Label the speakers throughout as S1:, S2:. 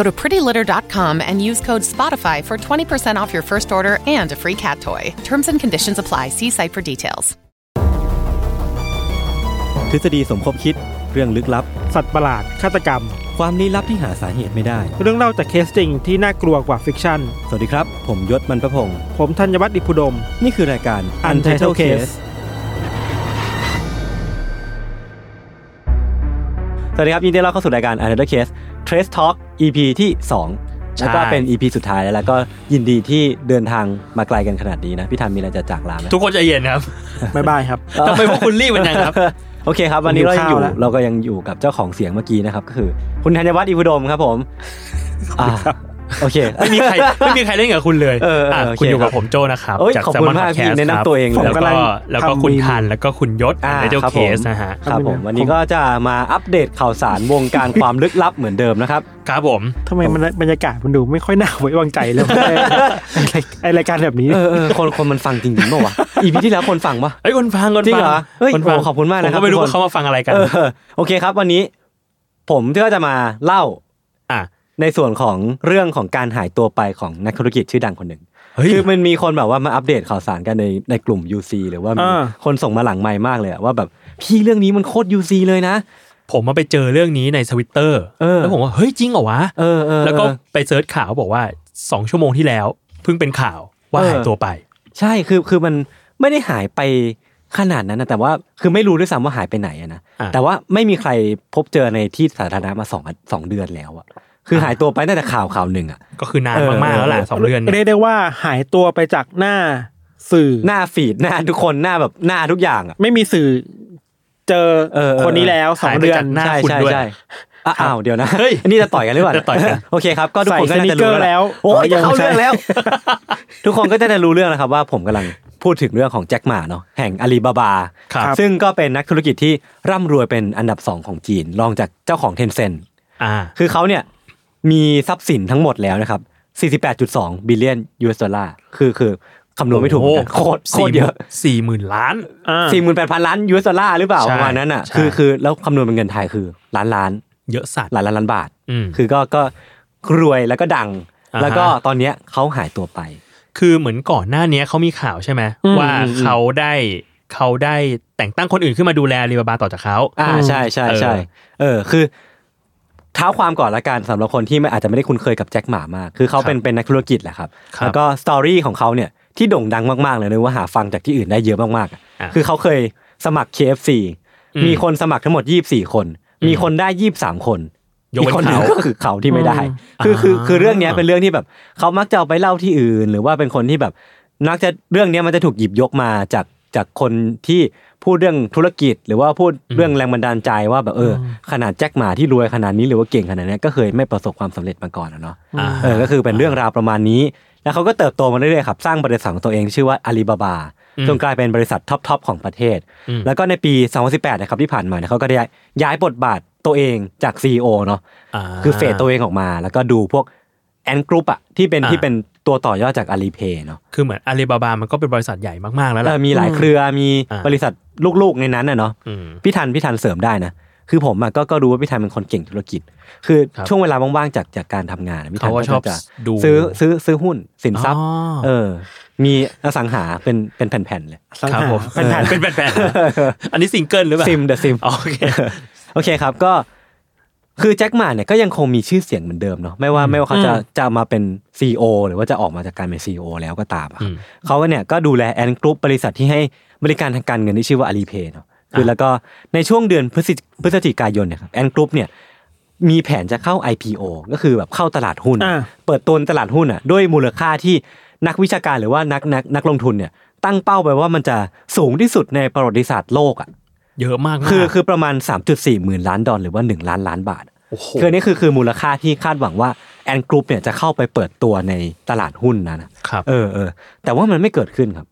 S1: Go to prettylitter.com and use code SPOTIFY for 20% off your first order and a free cat toy. Terms and conditions apply. See site for details.
S2: ทฤษฎีสมคบคิดเรื่องลึกลับ
S3: สัตว์ประหลาด ฆาตกรรม
S2: ความลี้ลับที่หาสาเหตุไม่ได้
S3: เรื่องเล่าจากเคสจริงที่น่ากลัวกว่าฟิกชั่น
S2: สวัสดีครับ ผมยศมันประพงศ์
S3: ผมธัญวัฒน์อิพุดม
S2: นี่คือรายการ
S3: Untitled Case
S2: สวัสดีครับยินดีต้อนรับเข้าสู่รายการ Untitled Case Trace Talk EP ที่ 2
S4: ใช่
S2: แล้วก็เป็น EP สุดท้ายแล้วแล้วก็ยินดีที่เดินทางมาไกลกันขนาดนี้นะ พี่ธันมีอะไรจะจากลาไหม
S4: ทุกคนใจเย็นครับ
S3: บายบายครับ
S4: ทำไมพวกคุณรีบกันจังครับ
S2: โอเคครับ วันนี้
S3: ผม
S2: เรา
S3: หิว
S2: ยังอยู่
S3: ข้าวแล้ว
S2: เราก็ยังอยู่กับเจ้าของเสียงเมื่อกี้นะครับ ก็คือ คุณธัญวัฒน์อิพุดมครับผมอ่าโอเค
S4: ไม่มีใครไม่มีใครเล่นกับคุณเลย
S2: เออเออ
S4: อ่ะ
S2: โอเค
S4: คุณอยู่
S2: ค
S4: กับ
S2: รับ
S4: ผมโจนะครับ
S2: เอ้ยขอบคุณ
S4: แซล
S2: มากพี่
S4: พอดคสต์
S2: แนะนำ
S4: ครับ
S2: ตัวเอง
S4: แล้ว
S3: ผมกำลั
S4: ก็
S3: ง
S4: แล้วก็
S3: ทำ
S4: คุณ
S3: มีม
S4: ทันแล้วก็คุณยศ
S2: อ่า
S4: ในเจ้า
S2: ครับ
S4: เค
S2: ผม
S4: สนะฮะ
S2: ครับผม
S3: ทำไมเนี่ย
S2: วันนี้ก็จะมาอัปเดตข่าวสารวงการความลึกลับเหมือนเดิมนะครับ
S4: ครับผม
S3: ทำไมมันบรรยากาศมันดูไม่ค่อยน่าไว้วางใจ เลย ไอ้รายไอรายการแบบนี้
S2: เออเออคนคนมันฟังจริงจริงป่าวะอีพีที่แล้วคนฟังปะ
S4: เอ้ยคนฟังคน
S2: จริง
S4: ฟั
S2: เหรอเฮ้ย
S4: คนฟัง
S2: โอ้ขอบคุณมากนะครับ
S4: ผมก็ไม่รู้
S2: ทุกคน
S4: ว่าเขามาฟังอะไรกัน
S2: เออโอเคครับ วันนี้ ผมก็จะมาเล่า
S4: อ่ะ
S2: ในส่วนของเรื่องของการหายตัวไปของนักธุรกิจชื่อดังคนหนึ่ง
S4: เฮ้ย
S2: คือมันมีคนแบบว่ามาอัปเดตข่าวสารกันในในกลุ่ม UC หรือว่ามี
S3: อ่า
S2: คนส่งมาหลังไมค์มากเลยอะว่าแบบพี่เรื่องนี้มันโคตร UC เลยนะ
S4: ผมมาไปเจอเรื่องนี้ในสวิตเตอร์
S2: เออ
S4: แล้วผมว่าเฮ้ยจริงเหรอวะ
S2: เออเออ
S4: แล้วก็
S2: เออ
S4: ไปเซิร์ชข่าวบอกว่าสองชั่วโมงที่แล้วเพิ่งเป็นข่าวว่า
S2: เออ
S4: หายตัวไป
S2: ใช่คือคือมันไม่ได้หายไปขนาดนั้นนะแต่ว่าคือไม่รู้ด้วยซ้ำว่าหายไปไหนอะนะ
S4: อ่า
S2: แต่ว่าไม่มีใครพบเจอในที่สาธารณะมาสองอาทิตย์สองเดือนแล้วอะคือหายตัวไปตั้งแต่ข่าวข่าวหนึ่งอะ
S4: ก็คือนาน
S2: เออ
S4: มากๆแล้วล่ะสองเดือน
S3: เรี
S4: เนี่ย ย
S3: กได้ว่าหายตัวไปจากหน้าสื่อ
S2: หน้าฟีดหน้าทุกคนหน้าแบบหน้าทุกอย่างอะ
S3: ไม่มีสื่อเจอ
S2: เออเออ
S3: คนนี้แล้วสอง
S4: หายไป
S3: เดือน
S4: จากหน้า
S2: ใช่
S4: คุณ
S2: ใช่
S4: ด้วย
S2: ใช่อ่ะอ้าวเดี๋ยวนะ
S4: เฮ้ย
S2: อันนี่จะต่อยกันหรือเปล่า
S4: จะต่อยกัน
S2: โอเคครับก็ทุกคนก็น่าจะรู้
S3: ใส่สนิกเกอร์แล้
S2: แล้ว
S3: ว
S2: โอ้ย
S3: ยัง
S2: เข้า
S3: ใช่
S2: เรื่องแล้ว ทุกคนก็จะได้รู้เรื่องนะครับว่าผมกำลังพูดถึงเรื่องของแจ็คหมาเนาะแห่งอาลีบาบา
S4: ครับ
S2: ซึ่งก็เป็นนักธุรกิจที่ร่ำรวยเป็นอันดับสองของจีนรองจากเจ้าของเทนเซ็น
S4: อ่า
S2: คือเขาเนี่ยมีทรัพย์สินทั้งหมดแล้วนะครับ 48.2 บิลเลียน US ดอลลาร์คือคือคำนวณไม่ถูกเหมือนกันโคตรโคตรเยอะ
S4: สี่หมื่นล้าน
S3: อ่า
S2: 48,000 ล้าน US ดอลลาร์หรือเปล่า
S4: ใช่
S2: ประมาณนั้นอ่ะ
S4: ใช่
S2: คือคือแล้วคำนวณเป็นเงินไทยคือล้านล้าน
S4: เยอะสัตว์
S2: ล้านล้านล้านบาท
S4: อืม
S2: คือก็ก็รวยแล้วก็ดัง
S4: อ่าฮะ
S2: แล้วก็ตอนเนี้ยเขาหายตัวไป
S4: คือเหมือนก่อนหน้าเนี้ยเขามีข่าวใช่ไหม
S2: อืม
S4: ว่า
S2: อืม
S4: เขาได้เขาได้แต่งตั้งคนอื่นขึ้นมาดูแลอาลีบาบาต่อจากเขา
S2: อ่าใช่ใช่ใช่เออคือ เท้าความก่อนละกันสำหรับคนที่ไม่อาจจะไม่ได้คุ้นเคยกับแจ็คหมามาก คือเขาเป็นเป็นนักธุรกิจแหละครับ
S4: ครับ
S2: แล้วก็สตอรี่ของเขาเนี่ยที่โด่งดังมาก ๆ เลยนะว่าหาฟังจากที่อื่นได้เยอะมากๆอ่ะ
S4: อ่า
S2: คือเขาเคยสมัคร KFC
S4: อืม
S2: มีคนสมัครทั้งหมด 24 คน
S4: อืม
S2: มีคนได้ 23 คน
S4: ยกเว้น
S2: อีคนหนึ่ง
S4: เขา
S2: ก็คือเขาที่ไม่ได้
S4: อืม
S2: คือคือคือเรื่องเนี้ย
S4: อ่า
S2: เป็นเรื่องที่แบบเขามักจะเอาไปเล่าที่อื่น หรือว่าเป็นคนที่แบบนักจะเรื่องเนี้ยมันจะถูกหยิบยกมาจากจากคนที่พูดเรื่องธุรกิจ หรือว่าพูดเรื่องแรงบันดาลใจว่าแบบเอออขนาดแจ็คหมาที่รวยขนาดนี้หรือว่าเก่งขนาดเนี้ยก็เคยไม่ประสบความสำเร็จมาก่อนนะเนาะ
S4: อ่า
S2: เออ ก็คือเป็นเรื่องราวประมาณนี้ แล้วเขาก็เติบโตมาเรื่อยๆครับ สร้างบริษัทของตัวเองที่ชื่อว่าอาลีบาบา
S4: อืม
S2: จนกลายเป็นบริษัทท็อปทอปของประเทศ
S4: อืม
S2: แล้วก็ในปี 2018 นะครับที่ผ่านมาเนี่ยเขาก็ได้ย้ายบทบาทตัวเองจาก CEO เนาะ คือเฟดตัวเองออกมา แล้วก็ดูพวกแอนกรุ๊ปอะที่เป็น
S4: อ่า
S2: ที่เป็นตัวต่อยอดจากอาลีเพย์เนาะ
S4: คือเหมือนอาลีบาบามันก็เป็นบริษัทใหญ่มากๆแล้ว
S2: เอ
S4: ล่ะ
S2: อมีหลายเครือ มี
S4: อ่า
S2: บริษัทลูกๆในนั้นน่ะเนาะ
S4: อืม
S2: พี่ทันพี่ทันเสริมได้นะ คือผมอะก็ก็รู้ว่าพี่ทันเป็นคนเก่งธุรกิจ คือ
S4: ครับ
S2: ช่วงเวลาว่างๆจากจากการทำงานอะพี่ทัน
S4: เขาก็
S2: ก็
S4: ชอบ
S2: จะ
S4: ดู
S2: ซื้อซื้อซื้อหุ้นสินทรัพย์
S4: อ๋อ
S2: เออ มีอสังหาเป็นเป็นแผ่นๆเลย
S3: สัง
S4: ครับ
S3: หา
S4: ผม
S3: เป็นผ่าน
S4: เป็นแผ่นๆอันนี้ซิงเกิลหรือเปล่า
S2: ซิมเดอะซิม
S4: อ๋อโอเค
S2: โอเคครับก็ คือแจ็คหมาเนี่ยก็ยังคงมีชื่อเสียงเหมือนเดิมเนาะไม่ว่าไม่ว่าเขาจะจะมาเป็น CEO หรือว่าจะออกมาจากการเป็น CEO แล้วก็ตามอะครับเขาเนี่ยก็ดูแลแอนกรุ๊ปบริษัทที่ให้บริการทางการเงินที่ชื่อว่าอาลีเพย์เนาะคือแล้วก็ในช่วงเดือนพฤศจิพฤศจิกายนเนี่ยครับแอนกรุ๊ปเนี่ยมีแผนจะเข้า IPO ก็คือแบบเข้าตลาดหุ้น
S3: อ่า
S2: เปิดตัวในตลาดหุ้นอ่ะด้วยมูลค่าที่นักวิชาการหรือว่านักนักนักลงทุนเนี่ยตั้งเป้าไปว่ามันจะสูงที่สุดในประวัติศาสตร์โลกอ่ะ
S4: เยอะมากๆ
S2: คือคือประมาณ 3.4 หมื่นล้านดอลลาร์หรือว่า 1 ล้านล้านบาท
S4: โอ้โห
S2: คืออนนี่คือคือมูลค่าที่คาดหวังว่าแอนกรุ๊ปเนี่ยจะเข้าไปเปิดตัวในตลาดหุ้นนะนะครับ เออเออแต่ว่ามันไม่เกิดขึ้นครับ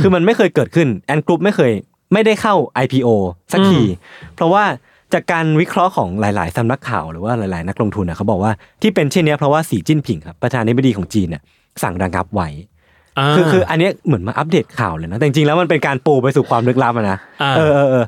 S2: คือมันไม่เคยเกิดขึ้นแอนกรุ๊ปไม่เคยไม่ได้เข้า IPO สักที เพราะว่าจากการวิเคราะห์ของหลาย ๆ สำนักข่าวหรือว่าหลาย ๆ นักลงทุนนะเขาบอกว่าที่เป็นเช่นเนี้ยเพราะว่าสีจิ้นผิงครับประธานาธิบดีของจีนเนี่ยสั่งระงับไว้ คือคืออันเนี้ยเหมือนมาอัปเดตข่าวเลยนะแต่จริงๆแล้วมันเป็นการปูไปสู่ความลึกลับอะนะ
S4: อ่า
S2: เออเออเออ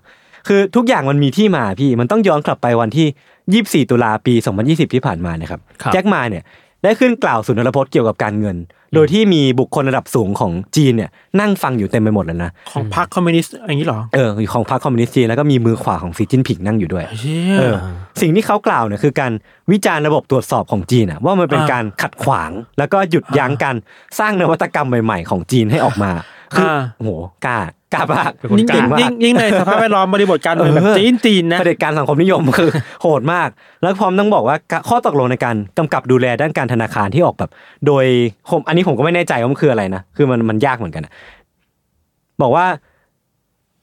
S2: คือทุกอย่างมันมีที่มาพี่มันต้องย้อนกลับไปวันที่ 24 ตุลาปี 2020 ที่ผ่านมานะครับ
S4: ครับ
S2: แจ็คมาเนี่ยได้ขึ้นกล่าวสุนทรพจน์เกี่ยวกับการเงิน โดยที่มีบุคคลระดับสูงของจีนเนี่ยนั่งฟังอยู่เต็มไปหมดเลยนะ
S3: ของพรรคคอมมิวนิสต์อย่างนี้เหรอ
S2: เออของพรรคคอมมิวนิสต์จีนแล้วก็มีมือขวาของสีจิ้นผิงนั่งอยู่ด้วย
S4: เชี่ย
S2: เออสิ่งที่เขากล่าวเนี่ยคือการวิจารณ์ระบบตรวจสอบของจีนอะว่ามันเป็น
S4: อ่า
S2: การขัดขวาง แล้วก็หยุดยั้งการสร้างนวัตกรรมใหม่ ๆ ของจีนให้ออกมาคืออา โหกล้ากล้ามาก
S4: เป็นคน
S3: ยิ่ง
S4: กล้า
S2: เก่งมา
S3: ยิ่
S2: ก
S3: งยิ่งในสภาพแวดล้อมบริบทการเมืองแบบ
S2: เออ
S3: จีนจีนๆนะ
S2: เผด็จการสังคมนิย ม คือโหดมาก แล้วพร้อมต้องบอกว่าข้อตกลงในการกำกับดูแลด้านการธนาคารที่ออกแบบ โดยผมอันนี้ผมก็ไม่แน่ใจว่ามันคืออะไรนะคือมันมันยากเหมือนกันอะบอกว่า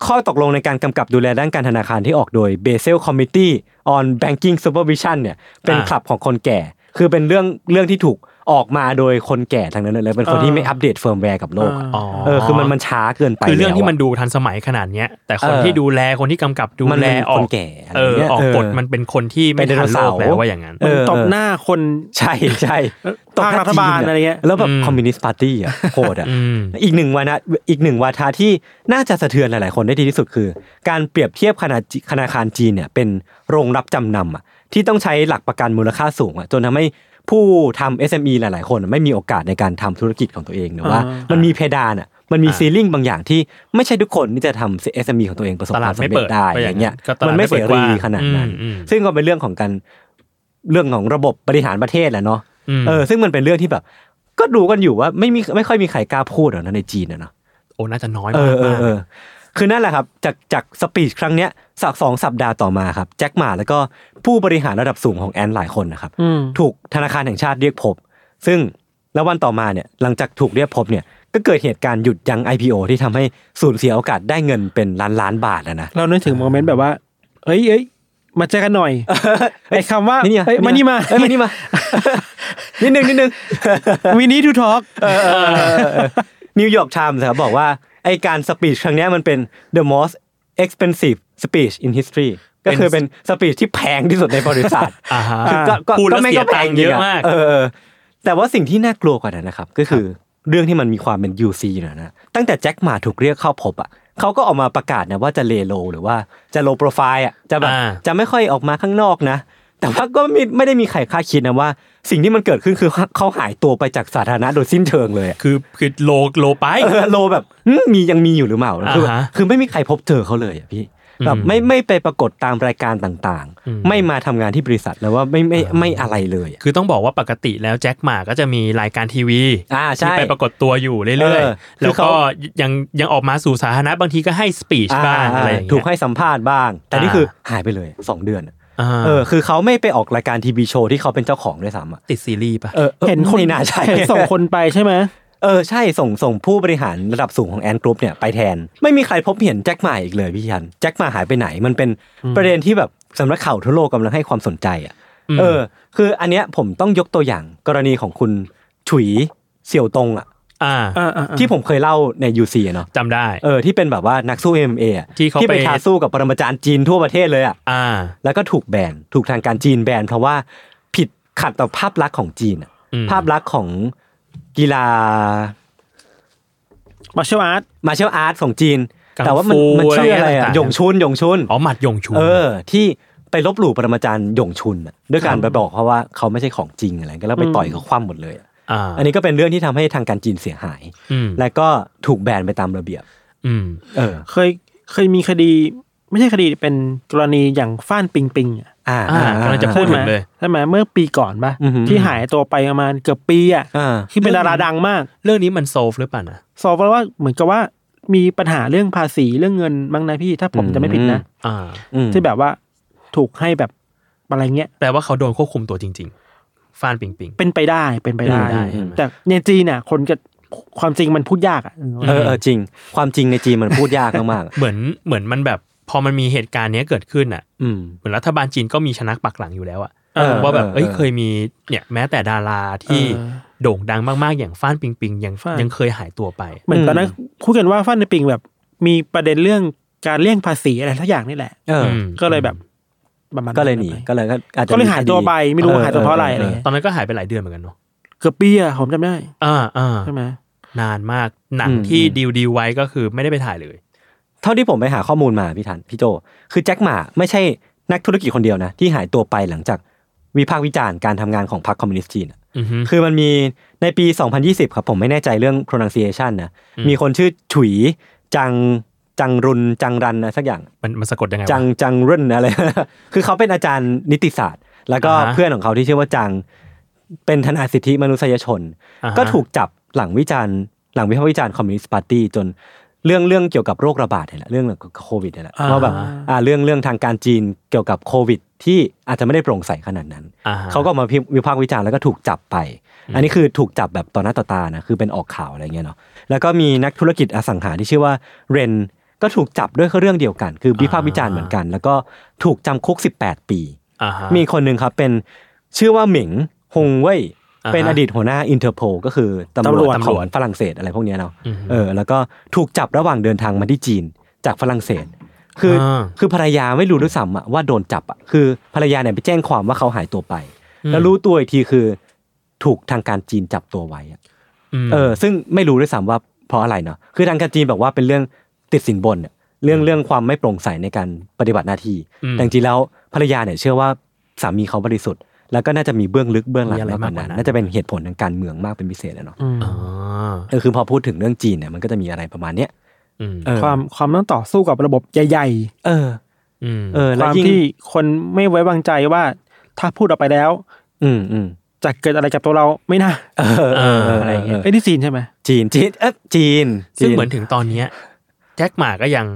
S2: ข้อตกลงในการกำกับดูแลด้านการธนาคารที่ออกโดย Basel Committee on Banking Supervision เนี่ยเป็น
S4: อ่า
S2: คลับของคนแก่ คือเป็นเรื่องเรื่องที่ถูกออกมาโดยคนแก่ทางนั้นเลยเป็นคนที่ไม่อัปเดตเฟิร์มแวร์กับโลกอะ
S3: อ่า
S2: เออคือมันมันช้าเกินไป
S4: คือเรื่องที่
S2: แล้วะ
S4: มันดูทันสมัยขนาดเนี้ย แต่คน
S2: เออ
S4: ที่ดูแลคนที่กำกับดู
S2: มัน
S4: แล
S2: เป็น
S4: ออก
S2: คนแก่อะไร
S4: เออ
S2: เงี้ย
S4: ออก
S2: เออก
S4: ฎมันเป็นคนที่ไม่
S2: เป็นได
S4: ทั
S2: โน
S4: นโล
S2: เสาร์
S4: กแล้วว่าอย่างนั้น
S2: เออ
S3: ตบหน้าคน
S2: ใช่ใช่
S3: ภาครัฐบาลอะไรเงี้ย
S2: แล้วแบบ
S4: อืม
S2: คอมมิวนิสต์ปาร์ตี้อ่ะโหดอ่ะ
S4: อืม
S2: อีกหนึ่งวานะอีกหนึ่งวาทาที่น่าจะสะเทือนหลาย ๆ คนได้ดีที่สุดคือ การเปรียบเทียบขนาดธนาคารจีนเนี่ยเป็นโรงรับจำนำอ่ะที่ต้องใช้หลักประกันมูลค่าสูงอ่ะจนทำให้ผู้ทำ SME หลาย ๆ คนไม่มีโอกาสในการทำธุรกิจของตัวเองหรือว่า
S3: อ่ามั
S2: มันมีเพดานอ่ะมันมี
S4: อ่า
S2: ซีลิ่งบางอย่างที่ไม่ใช่ทุกคนที่จะทำ SME ของตัวเองประสบ
S4: ตลาว
S2: คา
S4: ด
S2: ม
S4: ไม่
S2: สำเร็จ
S4: เปิด
S2: ได้
S4: ปอย่
S2: อา
S4: ย่าง
S2: งเงี้ย
S4: ก็ตลาด
S2: มันไม่เส
S4: ปิดก
S2: รี
S4: ว้ง
S2: ขนาดนั้น
S4: อืมอืม
S2: ซึ่งก็เป็นเรื่องของการเรื่องของระบบบริหารประเทศแหละเนาะ
S4: อืม
S2: เออซึ่งมันเป็นเรื่องที่แบบ ก็ดูกันอยู่ว่าไม่มีไม่ค่อยมีใครกล้าพูดหรอกนะในจีนอะเนาะ
S4: โอ้น่าจะน้อย
S2: เอ
S4: มาก
S2: อเออ
S4: มาก
S2: เออคือนั่นแหละครับ จากจากสปีชครั้งเนี้ยสักสองสัปดาห์ต่อมาครับ แจ็คหมาแล้วก็ผู้บริหารระดับสูงของแอนหลายคนนะครับ
S3: อืม
S2: ถูกธนาคารแห่งชาติเรียกพบ ซึ่งแล้ววันต่อมาเนี่ยหลังจากถูกเรียกพบเนี่ยก็เกิดเหตุการณ์หยุดยั้ง IPO ที่ทำให้สูญเสียโอกาสได้เงินเป็นล้านล้านบาทนะนะ
S3: เรานึกถึงโมเมนต์แบบว่า เอ้ยเอ้ยมาเจอกันหน่อยไอ้คำว่า
S2: นี่เนี่ย
S3: เอ้ยมานี่มา
S2: เอ้ยมานี่มา นิดนึงนิดนึง
S3: วีนี้ทูทอก
S2: นิวยอร์กไทม์ครับบอกว่า ไอการสปีชครั้งเนี้ยมันเป็น the most expensive speech in history ก็คือเป็นสปีชที่แพงที่สุดในประวัติศาสตร์
S4: อ่าฮะ
S2: คือก็ก็
S4: พูดแล้ว
S2: ก็แม่ง
S4: เสีย
S2: ก็แพง
S4: ตังค์
S2: จริ
S4: เยอะ
S2: ๆ
S4: มาก
S2: เออแต่ว่าสิ่งที่น่ากลัวกว่านั้นนะครับ ก็คือเรื่องที่มันมีความเป็น UC อยู่นะนะตั้งแต่แจ็คหมาถูกเรียกเข้าพบอ่ะเขาก็ออกมาประกาศนะว่าจะเลโลหรือว่าจะโลโปรไฟล์อ่ะจะแบบ
S4: อ่า
S2: จะไม่ค่อยออกมาข้างนอกนะ แต่ว่าก็ไม่ไม่ได้มีใครคาดคิดนะว่า สิ่งที่มันเกิดขึ้นคือเขาหายตัวไปจากสาธารณะโดยสิ้นเชิงเลยอะ
S4: คือคือโลโลไป
S2: เออโลแบบหึมียังมีอยู่หรือเปล่าคือแบบ
S4: อ่าฮะ
S2: คือไม่มีใครพบเจอเขาเลยอะพี่แบบไม่ไม่ไปปรากฏตามรายการต่าง
S4: อืม
S2: ๆ ไม่มาทำงานที่บริษัทแล้วว่าไม่ไม่ไม่อะไรเลยอะ
S4: คือต้องบอกว่าปกติแล้วแจ็คหมาก็จะมีรายการทีวี
S2: อ่าใช่
S4: ที่ไปปรากฏตัวอยู่เรื่อย
S2: เออ
S4: ๆ
S2: คือ
S4: แล้ว
S2: เขา
S4: ก็ยังยังออกมาสู่สาธารณะบางทีก็ให้สปีชบ้างอะไรอย่าง
S2: ถูก
S4: เงี้ย
S2: ให้สัมภาษณ์บ้าง แต่นี่
S4: อ่า
S2: คือหายไปเลยสองเดือนอะ
S4: อ่า
S2: เออคือเขาไม่ไปออกรายการทีวีโชว์ที่เขาเป็นเจ้าของด้วยซ้ำอะ
S4: ติดซีรีส์ป่ะ
S2: ออออ
S3: เห็นคน
S2: ไม่น่าใช่
S3: เห็นส่งคนไปใช่ไหม
S2: เออใช่ส่งส่งผู้บริหารระดับสูงของแอนกรุ๊ปเนี่ยไปแทน ไม่มีใครพบเห็นแจ็คหมาอีกเลยพี่ยันแจ็คหมาหายไปไหน มันเป็นประเด็นที่แบบสำนักข่าวทั่วโลกกำลังให้ความสนใจอ่ะเออ คืออันเนี้ยผมต้องยกตัวอย่างกรณีของคุณฉุยเสี่ยวตงอ่ะ
S4: อ่า
S2: ที่ผมเคยเล่าใน UC อะเนาะ
S4: จำได้
S2: เออที่เป็นแบบว่านักสู้ MMA อะ
S4: ที่เขา
S2: ที่ไป
S4: ไป
S2: ท้าสู้กับปรมาจารย์จีนทั่วประเทศเลยอ่ะ
S4: อ่า
S2: แล้วก็ถูกแบนถูกทางการจีนแบนเพราะว่าผิดขัดต่อภาพลักษณ์ของจีนอะ
S4: อืม
S2: ภาพลักษณ์ของกีฬา
S3: มาเชวอาร์ต
S2: มาเชลอาร์ตของจีน
S4: กังฟู
S2: แต่ว่ามันมันชื่ออะไร
S4: อะไรต่า
S2: อะ
S4: งๆ
S2: หยงชุนหยงชุน
S4: อ๋อหมัดยงชู
S2: เออ ที่ไปลบหลู่ปรมาจารย์หยงชุนน่ะด้วยการไปบอกเขาว่าเขาไม่ใช่ของจริงอะไรก็แล้วไปต่อยเขาคว่ำหมดเลยอะ
S4: อ่า
S2: อันนี้ก็เป็นเรื่องที่ทำให้ทางการจีนเสียหาย
S4: อืม
S2: และก็ถูกแบนไปตามระเบียบ
S4: อืม
S2: เออ
S3: เคยเคยมีคดี ไม่ใช่คดีเป็นกรณีอย่างฟ้านปิงปิงอะ
S2: อ่า
S4: อ่ากำลังจะพูดถึงเลย
S3: ใช่ไหมเมื่อปีก่อนปะ
S2: อือหือ
S3: ที่หายตัวไปประมาณเกือบปีอ่ะ
S2: อ่า
S3: ที่เป็นดาราดังมาก
S4: เรื่องนี้มันโซฟหรือเปล่านะ
S3: สอบว่าเหมือนกับว่ามีปัญหาเรื่องภาษีเรื่องเงินบ้างนะพี่ถ้าผม
S2: อืม
S3: จะไม่ผิดนะ
S4: อ่า
S2: อืม
S3: ที่แบบว่าถูกให้แบบอะไรเงี้ย
S4: แปลว่าเขาโดนควบคุมตัวจริง ๆ ฟานปิงปิง
S3: เป็นไปได้เป็นไปได้
S4: เป็นไปได้ใช่ไหม
S3: แต่ในจีนเนี่ยคนจะความจริงมันพูดยากอ่ะ
S2: เออเออจริง ความจริงในจีนมันพูดยากมากๆอะ
S4: เหมือนเหมือนมันแบบพอมันมีเหตุการณ์เนี้ยเกิดขึ้นอ่ะ
S2: อืม
S4: เหมือนรัฐบาลจีนก็มีชนักปักหลังอยู่แล้วอะ
S2: เออ
S4: ว่าแบบ
S2: เออ
S4: เอ้ย
S2: เออ
S4: เคยมีเนี่ยแม้แต่ดาราที่โด่งดังมากๆอย่างฟ้านปิงปิงยังยังเคยหายตัวไป
S3: เหมือนตอนนั้นคุยกันว่าฟันในปิงแบบ มีประเด็นเรื่องการเลี่ยงภาษีอะไรทุกอย่างนี่แหละ
S2: เอออ
S4: ม
S3: ก็เลยแบบประมาณ
S2: ก็เลยหนี
S3: ไป
S2: ก็เลยก็อาจจะ
S3: ก็เลย
S2: มี
S3: หาย
S2: คดี
S3: ตัวไปไม่รู้
S2: ออ
S3: หายตัวเพราะอะไร
S2: ออ
S3: อะไรเงี้ย
S4: ตอนนั้นก็หายไปหลายเดือนเหมือนกันเนาะ
S3: เกือบปีอ่ะผมจำได้
S4: อ่าอ่า
S3: ใช่ไหม
S4: นานมากหนังที่ดีลดีลไว้ก็คือไม่ได้ไปถ่ายเลย
S2: เท่าที่ผมไปหาข้อมูลมาพี่ทันพี่โจ คือแจ็คหมาไม่ใช่นักธุรกิจคนเดียวนะ ที่หายตัวไปหลังจากวิพากษ์วิจารณ์การทำงานของพรรคคอมมิวนิสต์จีนอะ
S4: อือฮึ
S2: คือมันมีในปี 2020 ครับผมไม่แน่ใจเรื่อง pronunciation นะ มีคนชื่อฉุยจังจังรุนจังรันนะสักอย่าง
S4: มันมันสะกดยังไงวะ
S2: จังจังรุ่นอะไร คือเขาเป็นอาจารย์นิติศาสตร์ แล้วก็
S4: อ่าฮะ
S2: เพื่อนของเขาที่ชื่อว่าจัง เป็นทนายสิทธิมนุษยชน
S4: อ่าฮะ
S2: ก็ถูกจับหลังวิจารณ์ หลังวิพากษ์วิจารณ์คอมมิวนิสต์ปาร์ตี้จนเรื่องเรื่องเกี่ยวกับโรคระบาดเนี่ยแหละเรื่องโควิดเนี่ยแหละว่าแบบอ่าเรื่องเรื่องทางการจีนเกี่ยวกับโควิด ที่อาจจะไม่ได้โปร่งใสขนาดนั้น
S4: อ่ฮะ
S2: เขาก็มาวิพากษ์วิจารณ์แล้วก็ถูกจับไป อันนี้คือถูกจับแบบต่อหน้าต่อตานะ คือเป็นออกข่าวอะไรเงี้ยเนาะ แล้วก็มีนักธุรกิจอสังหาที่ชื่อว่าเรนก็ถูกจับด้วยเรื่องเดียวกัน คือวิพากษ์วิจารณ์เหมือนกัน แล้วก็ถูกจำคุก 18 ปี
S4: อ่าฮะ
S2: มีคนหนึ่งครับเป็นชื่อว่าเหมิงฮงเว่ย
S4: อ่าฮะ
S2: เป็นอดีตหัวหน้าอินเ r อร์โพก็คือตำรวจ
S4: ตำ
S2: ข
S4: ร
S2: อ
S4: ว
S2: ง
S4: จ
S2: ฝรั่งเศสอะไรพวกเนี้ยเนาะ
S4: อือฮึ
S2: เออแล้วก็ถูกจับระหว่างเดินทางมาที่จีนจากฝรั่งเศส คืออา คือภรรยาไม่รู้ด้วยซ้ำอะว่าโดนจับอะคือภรรยาเนี่ยไปแจ้งความว่าเขาหายตัวไป แล้วรู้ตัวอีกทีคือถูกทางการจีนจับตัวไว้อะ
S4: ม
S2: เออ ซึ่งไม่รู้ด้วยซ้ำว่าเพราะอะไรเนาะคือทางการจีนบอกว่าเป็นเรื่องติดสินบนเนี่ยเรื่องเรื่องความไม่โปร่งใสในการปฏิบัติหน้าที่
S4: ม
S2: แต่จริงๆแล้วภรรยาเนี่ยเชื่อว่าสามีเขาบริสุทธิ์ แล้วก็น่าจะมีเบื้องลึกเบื้องหลัง
S4: มีอะไร
S2: มากกว่าก
S4: มากว่า
S2: นั้
S4: นั้
S2: น
S4: น
S2: น่าจะเป็นเหตุผลทางการเมืองมากเป็นพิเศษเลยเนาะ
S4: อ่า
S2: เออคือพอพูดถึงเรื่องจีนเนี่ยมันก็จะมีอะไรประมาณเนี้ย
S4: อืม
S2: เออ
S3: ความความต้องต่อสู้กับระบบใหญ่ๆ
S2: เออ
S4: อืม
S2: เออ
S3: ค
S2: แล้ว
S3: วาม
S2: ยิ่ง
S3: ที่คนไม่ไว้วางใจว่า ถ้าพูดออกไปแล้ว
S2: อืมอืม
S3: จะเกิดอะไรกับตัวเราไม่น่า
S2: เออเออเอออะไรเงี้ย
S3: ไอ้ยที่จีนใช่ไหม
S2: จีนจีนเออจีนจี
S4: ซึ่ง
S2: น
S4: เหมือนถึงตอนเนี้ยแจ็คหมาก็ยัง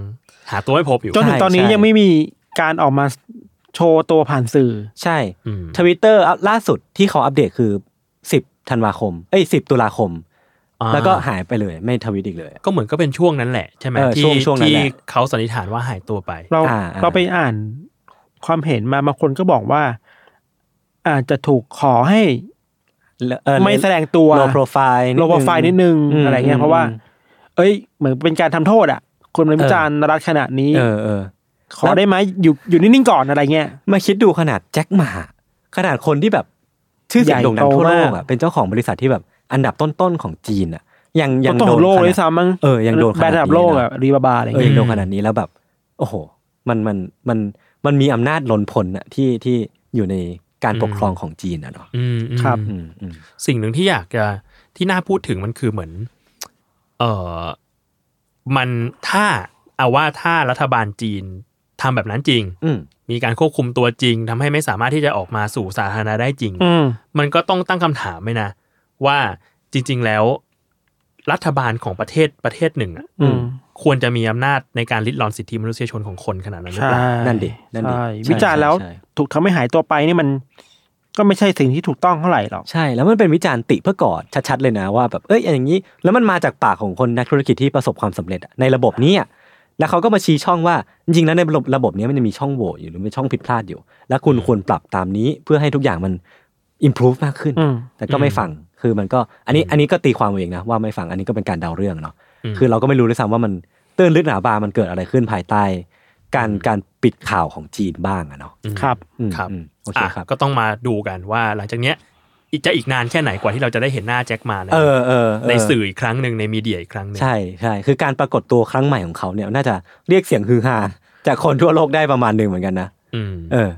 S4: หาตัวไม่พบอยู่
S3: จนถึงตอนนี้
S2: ใช่
S3: ยังไม่มีการออกมาโชว์ตัวผ่านสื่อ
S2: ใช่
S4: อืม
S2: ทวิตเตอร์ล่าสุดที่เขาอัปเดตคือ 10 ธันวาคม เอ้ย 10 ตุลาคม
S4: อ่า
S2: แล้วก็หายไปเลยไม่ทวิตอีกเลย
S4: ก็เหมือนก็เป็นช่วงนั้นแหละใช่ไหม
S2: เออ
S4: ที่
S2: ช่วงช่วงนั้น
S4: ที่
S2: แหละ
S4: เขาสันนิษฐานว่าหายตัวไป
S3: เรา
S2: อ่าอ่า
S3: เราไปอ่านความเห็นมาบางคนก็บอกว่า อาจจะถูกขอให้
S2: แล้วเออ
S3: ไม่แสดงตัว
S2: โลโปรไฟล์
S3: โลว์ไฟล์นิดนึงอะไรเงี้ยเพราะว่า เอ้ย เหมือนเป็นการทำโทษอ่ะคุณเป็น
S2: เออ
S3: วิจารณ์รัฐขนาดนี้
S2: เออเออ
S3: ขอได้ไหมอยู่อยู่นิ่งๆก่อนอะไรเงี้ย
S2: มาคิดดูขนาดแจ็คหมา ขนาดคนที่แบบ ชื่อเสียง
S3: ใหญ่
S2: โด่งดังทั่วโลก
S3: โตมา
S2: อ่ะ
S3: ก
S2: เป็นเจ้าของบริษัทที่แบบอันดับต้นๆของจีนอ่ะ ยังยัง
S3: ต้น
S2: โด
S3: ๆขอน งโลก
S2: ขนาด
S3: เลยซ้ำมั้ง
S2: เออยังโดนขนาดนี้
S3: แบรนด์ระดับโลกอะ
S2: นะ
S3: รีบาบาอะไร
S2: เออ
S3: เงี้ย
S2: ยังโดนขนาดนี้แล้วแบบ โอ้โห มันมันมันมันมีอำนาจล้นพ้นอ่ะที่ที่อยู่ในการปกครองของจีนอ่ะเนาะ
S4: อืมอืม
S3: ครับ
S2: อืมอืม
S4: สิ่งหนึ่งที่อยากจะที่น่าพูดถึงมันคือเหมือน เออมันถ้าเอาว่าถ้ารัฐบาลจีนทำแบบนั้นจริง
S2: อืม
S4: มีการควบคุมตัวจริงทำให้ไม่สามารถที่จะออกมาสู่สาธารณะได้จริง
S3: อืม
S4: มันก็ต้องตั้งคำถามไหมนะ ว่าจริง ๆ แล้ว รัฐบาลของประเทศประเทศหนึ่งอ่ะ
S3: อืม
S4: ควรจะมีอำนาจในการลิดรอนสิทธิมนุษยชนของคนขนาดนั้นหรือเปล่า
S2: นั่นดินั่นดิ
S3: ใช่
S2: ใช่
S3: วิจารณ์แล้ว
S2: ใช่
S3: ถูกทำให้หายตัวไปนี่มันก็ไม่ใช่สิ่งที่ถูกต้องเท่าไหร่หรอก
S2: ใช่แล้วมันเป็นวิจารณ์ติเพื่อกอดชัดๆเลยนะว่าแบบเอ้ยอย่างนี้ แล้วมันมาจากปากของคนนักธุรกิจที่ประสบความสำเร็จอะในระบบเนี้ยแล้วเขาก็มาชี้ช่องว่าจริงๆแล้วในระบบระบบเนี้ยมันยังมีช่องโหว่อยู่หรือมีช่องผิดพลาดอยู่ แล้วคุณควรปรับตามนี้เพื่อให้ทุกอย่างมัน improve มากขึ้น
S3: อืม
S2: แต่ก็ไม่ฟังคือมันก็อันนี้อันนี้ก็ตีความเอาเองนะว่าไม่ฟังอันนี้ก็เป็นการเดาเรื่องเนาะคือเราก็ไม่รู้ด้วยซ้ำว่ามันตื้นลึกหนาบามันเกิดอะไรขึ้นภายใต้ การการปิดข่าวของจีนบ้างอะเนาะ
S3: ครับ
S2: อืม
S4: ครับ
S2: อืมโอเค
S4: อ่ะ
S2: ครับ
S4: ก็ต้องมาดูกันว่าหลังจากเนี้ยอีกจะอีกนานแค่ไหนกว่าที่เราจะได้เห็นหน้าแจ็คมาใน
S2: เออเออเ
S4: ในสื่ออีกครั้งหนึ่งในมีเดียอีกครั้งหนึ่ง
S2: ใช่ใช่คือการปรากฏตัวครั้งใหม่ของเขาเนี่ยน่าจะเรียกเสียงฮือฮา จากคนทั่วโลกได้ประมาณหนึ่งเหมือนกันนะ
S4: อืม
S2: เออ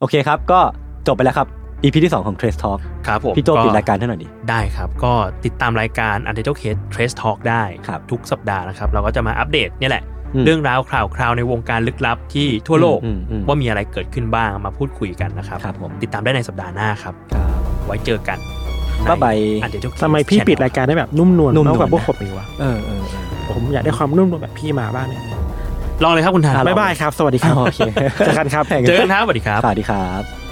S2: โอเคครับ ก็จบไปแล้วครับ EP ที่ 2 ของ Trace Talk
S4: ครับผม
S2: พี่โจปิดรายการให้หน่อยดิ
S4: ได้ครับ ก็ติดตามรายการ u n t i t l e Case Trace Talk ได้
S2: ครับ
S4: ทุกสัปดาห์นะครับ เราก็จะมาอัปเดตเนี่ยแหละ
S2: อืม
S4: เรื่องราวข่าวคราวในวงการลึกลับที่ทั่วโลก
S2: อืมอืมอืม
S4: ว่ามีอะไรเกิดขึ้นบ้างมาพูดคุยกันนะครับ
S2: ครับผม
S4: ติดตามได้ในสัปดาห์หน้าครับ ไว้เจอกัน
S2: บ๊ายบาย
S4: อันเดียวทุก
S3: ทำไมพี่ปิดรายการได้แบบนุ่มนวล
S2: นุ่มนวล
S3: มากกว่าพวกผมอีกวะ
S2: เออเออเออ
S3: ผมอยากได้ความนุ่มนวลแบบพี่มาบ้างเนี่ย
S4: ลองเลยครับคุณทาน
S2: อ่ะ
S3: บ๊ายบายครับ สวัสดีครับ
S2: โอเค
S3: เจอกันครับ
S4: เจอกันครับสวัสดีครับ
S2: สวัสดีครับ